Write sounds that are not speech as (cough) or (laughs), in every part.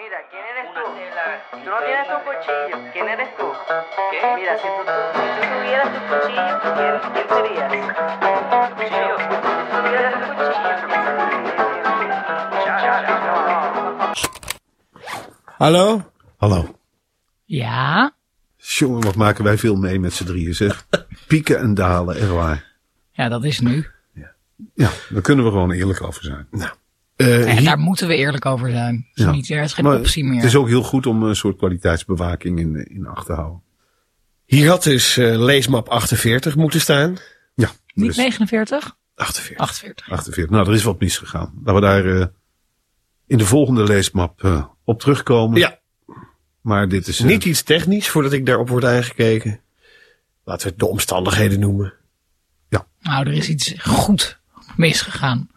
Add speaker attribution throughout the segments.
Speaker 1: mira, ¿quién eres tú? Tú no tienes tu cuchillo. ¿Quién eres tú? Mira, si tú, tú- si tú tuvieras tu cuchillo, ¿quién, quién serías? Cuchillo. Si tú tuvieras tu cuchillo. Chara. No, no.
Speaker 2: Hallo?
Speaker 3: Hallo.
Speaker 4: Ja,
Speaker 3: Jongen, wat maken wij veel mee met z'n drieën, zeg. Pieken en dalen, echt waar.
Speaker 4: ja dat is nu.
Speaker 3: Ja, daar kunnen we gewoon eerlijk over zijn. Nou, eh,
Speaker 4: En
Speaker 3: hier-
Speaker 4: daar moeten we eerlijk over zijn. Is
Speaker 3: ja.
Speaker 4: niet, er is geen
Speaker 3: Maar
Speaker 4: optie meer.
Speaker 3: Het is ook heel goed om een soort kwaliteitsbewaking in, in acht te houden.
Speaker 2: Hier had dus eh, leesmap 48 moeten staan.
Speaker 3: Ja,
Speaker 4: niet
Speaker 3: dus
Speaker 4: 49?
Speaker 2: 48.
Speaker 4: 48.
Speaker 3: 48. Nou, er is wat misgegaan. Laten we daar eh, in de volgende leesmap eh, op terugkomen.
Speaker 2: Ja,
Speaker 3: Maar dit is... eh,
Speaker 2: niet iets technisch voordat ik daarop word aangekeken. Laten we het de omstandigheden noemen.
Speaker 4: Nou, er is iets goed misgegaan.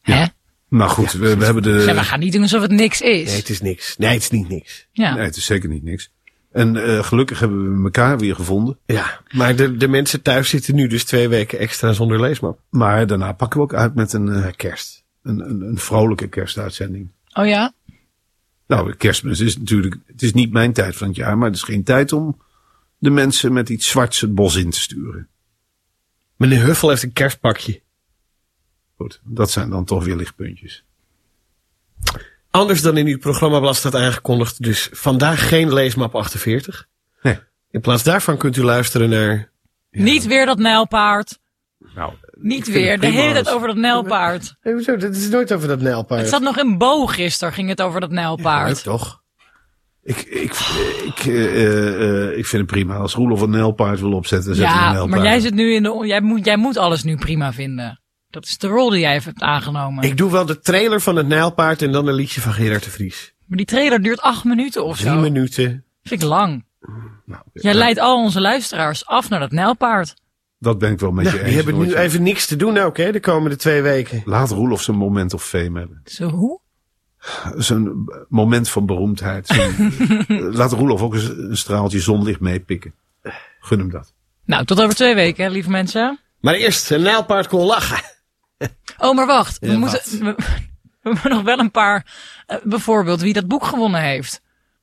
Speaker 4: Hè?
Speaker 3: Nou goed, we, we hebben de...
Speaker 4: Ja, we gaan niet doen alsof het niks is.
Speaker 2: Nee, het is niks. Nee, het is niet niks.
Speaker 4: ja.
Speaker 3: Nee, het is zeker niet niks. En eh, gelukkig hebben we elkaar weer gevonden.
Speaker 2: Ja, maar de, de mensen thuis zitten nu dus twee weken extra zonder leesmap.
Speaker 3: Maar daarna pakken we ook uit met een, eh,
Speaker 2: Ja, kerst.
Speaker 3: een, een, een vrolijke kerstuitzending.
Speaker 4: Oh ja?
Speaker 3: Nou, kerstmis is natuurlijk... Het is niet mijn tijd van het jaar, maar het is geen tijd om de mensen met iets zwarts het bos in te sturen.
Speaker 2: Meneer Huffel heeft een kerstpakje.
Speaker 3: Goed, dat zijn dan toch weer lichtpuntjes.
Speaker 2: Anders dan in uw programmablad staat aangekondigd, dus vandaag geen leesmap 48.
Speaker 3: Nee.
Speaker 2: In plaats daarvan kunt u luisteren naar...
Speaker 4: Niet weer dat nijlpaard.
Speaker 3: Nou,
Speaker 4: Niet weer. De
Speaker 3: prima dus.
Speaker 4: hele tijd
Speaker 3: als-
Speaker 4: over dat nijlpaard.
Speaker 2: Hoezo? Dat is nooit over dat nijlpaard.
Speaker 4: Het zat nog in Bo gisteren, ging het over dat nijlpaard.
Speaker 2: toch?
Speaker 3: Ik, ik, ik, eh, eh, eh, ik vind het prima. Als Roelof een nijlpaard wil opzetten, zet hij een
Speaker 4: Ja,
Speaker 3: nijlpaard.
Speaker 4: maar jij zit nu in de. on- Jij moet, jij moet alles nu prima vinden. Dat is de rol die jij hebt aangenomen.
Speaker 2: Ik doe wel de trailer van het nijlpaard en dan een liedje van Gerard de Vries.
Speaker 4: Maar die trailer duurt acht minuten of
Speaker 2: Drie
Speaker 4: zo.
Speaker 2: minuten.
Speaker 4: Vind ik lang.
Speaker 3: Nou,
Speaker 4: Jij leidt al onze luisteraars af naar dat nijlpaard.
Speaker 3: Dat ben ik wel met
Speaker 2: Nou,
Speaker 3: je eens.
Speaker 2: die hebben nu
Speaker 3: Noortje.
Speaker 2: even niks te doen ook, hè, de komende twee weken.
Speaker 3: Laat Roelof zijn moment of fame hebben.
Speaker 4: Zo hoe?
Speaker 3: Zijn moment van beroemdheid. Zijn-
Speaker 4: (laughs)
Speaker 3: Laat Roelof ook eens een straaltje zonlicht meepikken. Gun hem dat.
Speaker 4: Nou, tot over twee weken, hè, lieve mensen.
Speaker 2: Maar eerst, een nijlpaard kon lachen.
Speaker 4: Oh, maar wacht. We
Speaker 2: Ja,
Speaker 4: moeten. We, we hebben nog wel een paar. eh, bijvoorbeeld wie dat boek gewonnen heeft.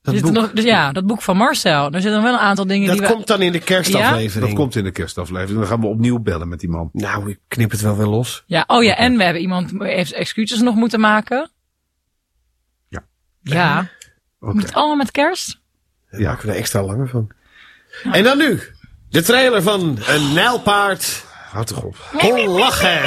Speaker 2: Dat,
Speaker 4: Er zitten
Speaker 2: boek,
Speaker 4: Nog, dus ja, dat boek van Marcel. Er zitten nog wel een aantal dingen
Speaker 2: dat
Speaker 4: die we.
Speaker 2: komt dan in de kerstaflevering.
Speaker 3: Dat komt in de kerstaflevering. Dan gaan we opnieuw bellen met die man.
Speaker 2: Nou, ik knip het wel weer los.
Speaker 4: Ja, oh ja, en we hebben iemand heeft excuses nog moeten maken.
Speaker 3: Ja.
Speaker 4: Ja.
Speaker 3: Oké.
Speaker 4: Moet het allemaal met kerst?
Speaker 2: Daar maken we er extra langer van. En dan nu, de trailer van een nijlpaard
Speaker 3: Houd toch op.
Speaker 2: kon lachen.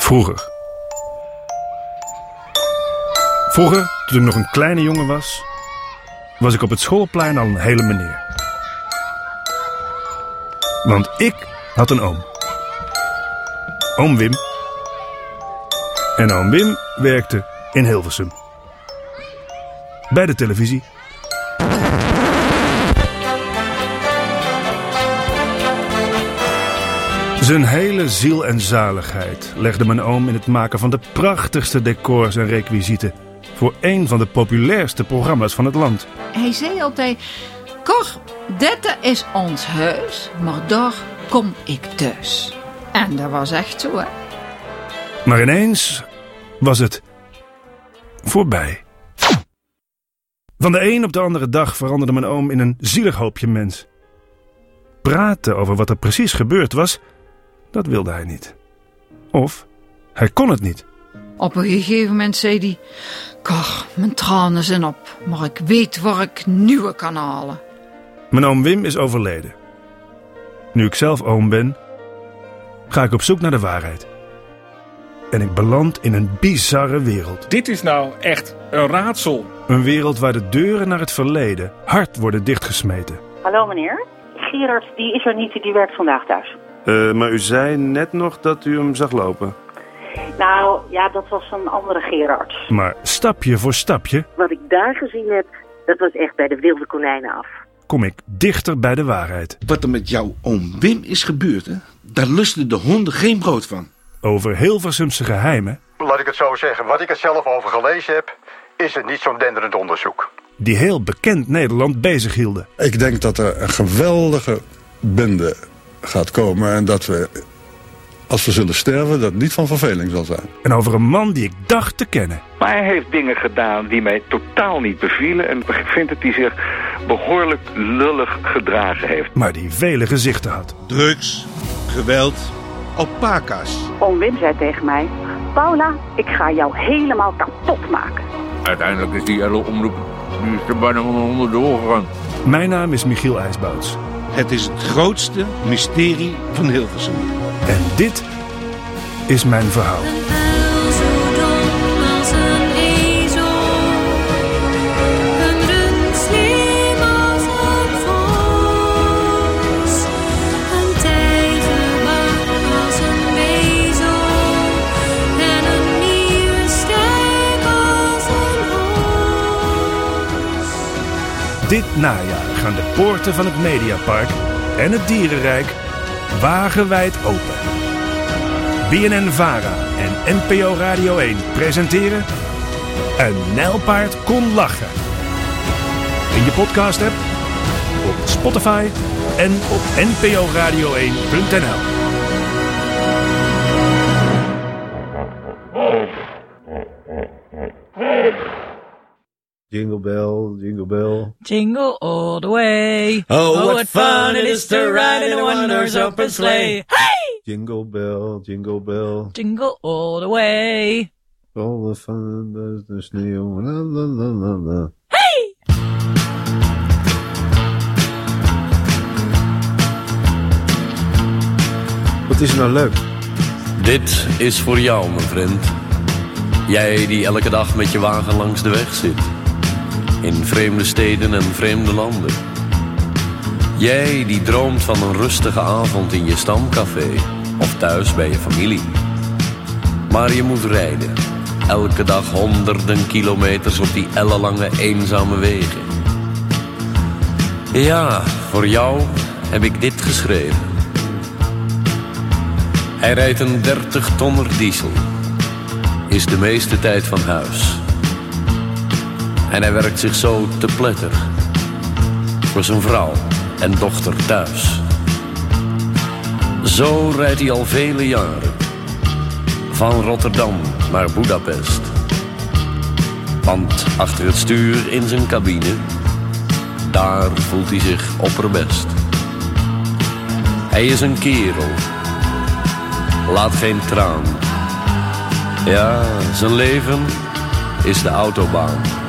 Speaker 5: Vroeger. Vroeger, toen ik nog een kleine jongen was, was ik op het schoolplein al een hele meneer. Want ik had een oom. Oom Wim. En oom Wim werkte in Hilversum. Bij de televisie. Zijn hele ziel en zaligheid legde mijn oom in het maken van de prachtigste decors en requisieten voor een van de populairste programma's van het land.
Speaker 6: Hij zei altijd: Cor, dit is ons huis, maar daar kom ik thuis. En dat was echt zo, hè?
Speaker 5: Maar ineens was het voorbij. Van de een op de andere dag veranderde mijn oom in een zielig hoopje mens. Praten over wat er precies gebeurd was, dat wilde hij niet. Of hij kon het niet.
Speaker 6: Op een gegeven moment zei hij: Cor, mijn tranen zijn op, maar ik weet waar ik nieuwe kan halen.
Speaker 5: Mijn oom Wim is overleden. Nu ik zelf oom ben, ga ik op zoek naar de waarheid. En ik beland in een bizarre wereld.
Speaker 7: Dit is nou echt een raadsel.
Speaker 5: Een wereld waar de deuren naar het verleden hard worden dichtgesmeten.
Speaker 8: Hallo meneer. Gerard, die is er niet, die werkt vandaag thuis.
Speaker 9: Eh, maar u zei net nog dat u hem zag lopen.
Speaker 8: Nou, ja, dat was een andere Gerard.
Speaker 5: Maar stapje voor stapje
Speaker 8: Wat ik daar gezien heb, dat was echt bij de wilde konijnen af.
Speaker 5: kom ik dichter bij de waarheid.
Speaker 10: Wat er met jouw oom Wim is gebeurd, hè? daar lusten de honden geen brood van.
Speaker 5: Over Hilversumse geheimen
Speaker 9: Laat ik het zo zeggen. Wat ik er zelf over gelezen heb, is het niet zo'n denderend onderzoek.
Speaker 6: die heel bekend Nederland bezighielden.
Speaker 11: Ik denk dat er een geweldige bende gaat komen en dat we, als we zullen sterven, dat niet van verveling zal zijn.
Speaker 6: En over een man die ik dacht te kennen.
Speaker 12: Maar hij heeft dingen gedaan die mij totaal niet bevielen. En ik vind dat hij zich behoorlijk lullig gedragen heeft.
Speaker 6: Maar die vele gezichten had.
Speaker 13: Drugs, geweld, alpaca's.
Speaker 14: Oom Wim zei tegen mij... Paula, ik ga jou helemaal kapot maken.
Speaker 15: Uiteindelijk is die hele omroep die is er bijna onder doorgegaan.
Speaker 6: Mijn naam is Michiel IJsbouts.
Speaker 13: Het is het grootste mysterie van Hilversum.
Speaker 6: En dit is mijn verhaal. Dit najaar gaan de poorten van het Mediapark en het Dierenrijk wagenwijd open. BNN Vara en NPO Radio 1 presenteren. Een nijlpaard kon lachen. In je podcast app, op Spotify en op nporadio1.nl.
Speaker 3: Jingle bell, jingle bell.
Speaker 4: Jingle all the way.
Speaker 2: Oh, what fun it is to ride in a one-horse open sleigh. Hey!
Speaker 3: Jingle bell, jingle bell.
Speaker 4: Jingle all the way.
Speaker 3: All the fun is the sneeuw. La la la la la.
Speaker 4: Hey!
Speaker 3: Wat is nou leuk?
Speaker 5: Dit is voor jou, mijn vriend. Jij die elke dag met je wagen langs de weg zit in vreemde steden en vreemde landen. Jij die droomt van een rustige avond in je stamcafé of thuis bij je familie. Maar je moet rijden, elke dag honderden kilometers op die ellenlange eenzame wegen. Ja, voor jou heb ik dit geschreven. Hij rijdt een 30-tonner diesel, is de meeste tijd van huis. En hij werkt zich zo te pletter. Voor zijn vrouw en dochter thuis. Zo rijdt hij al vele jaren. Van Rotterdam naar Budapest. Want achter het stuur in zijn cabine, daar voelt hij zich opperbest. Hij is een kerel. Laat geen traan. Ja, zijn leven is de autobaan.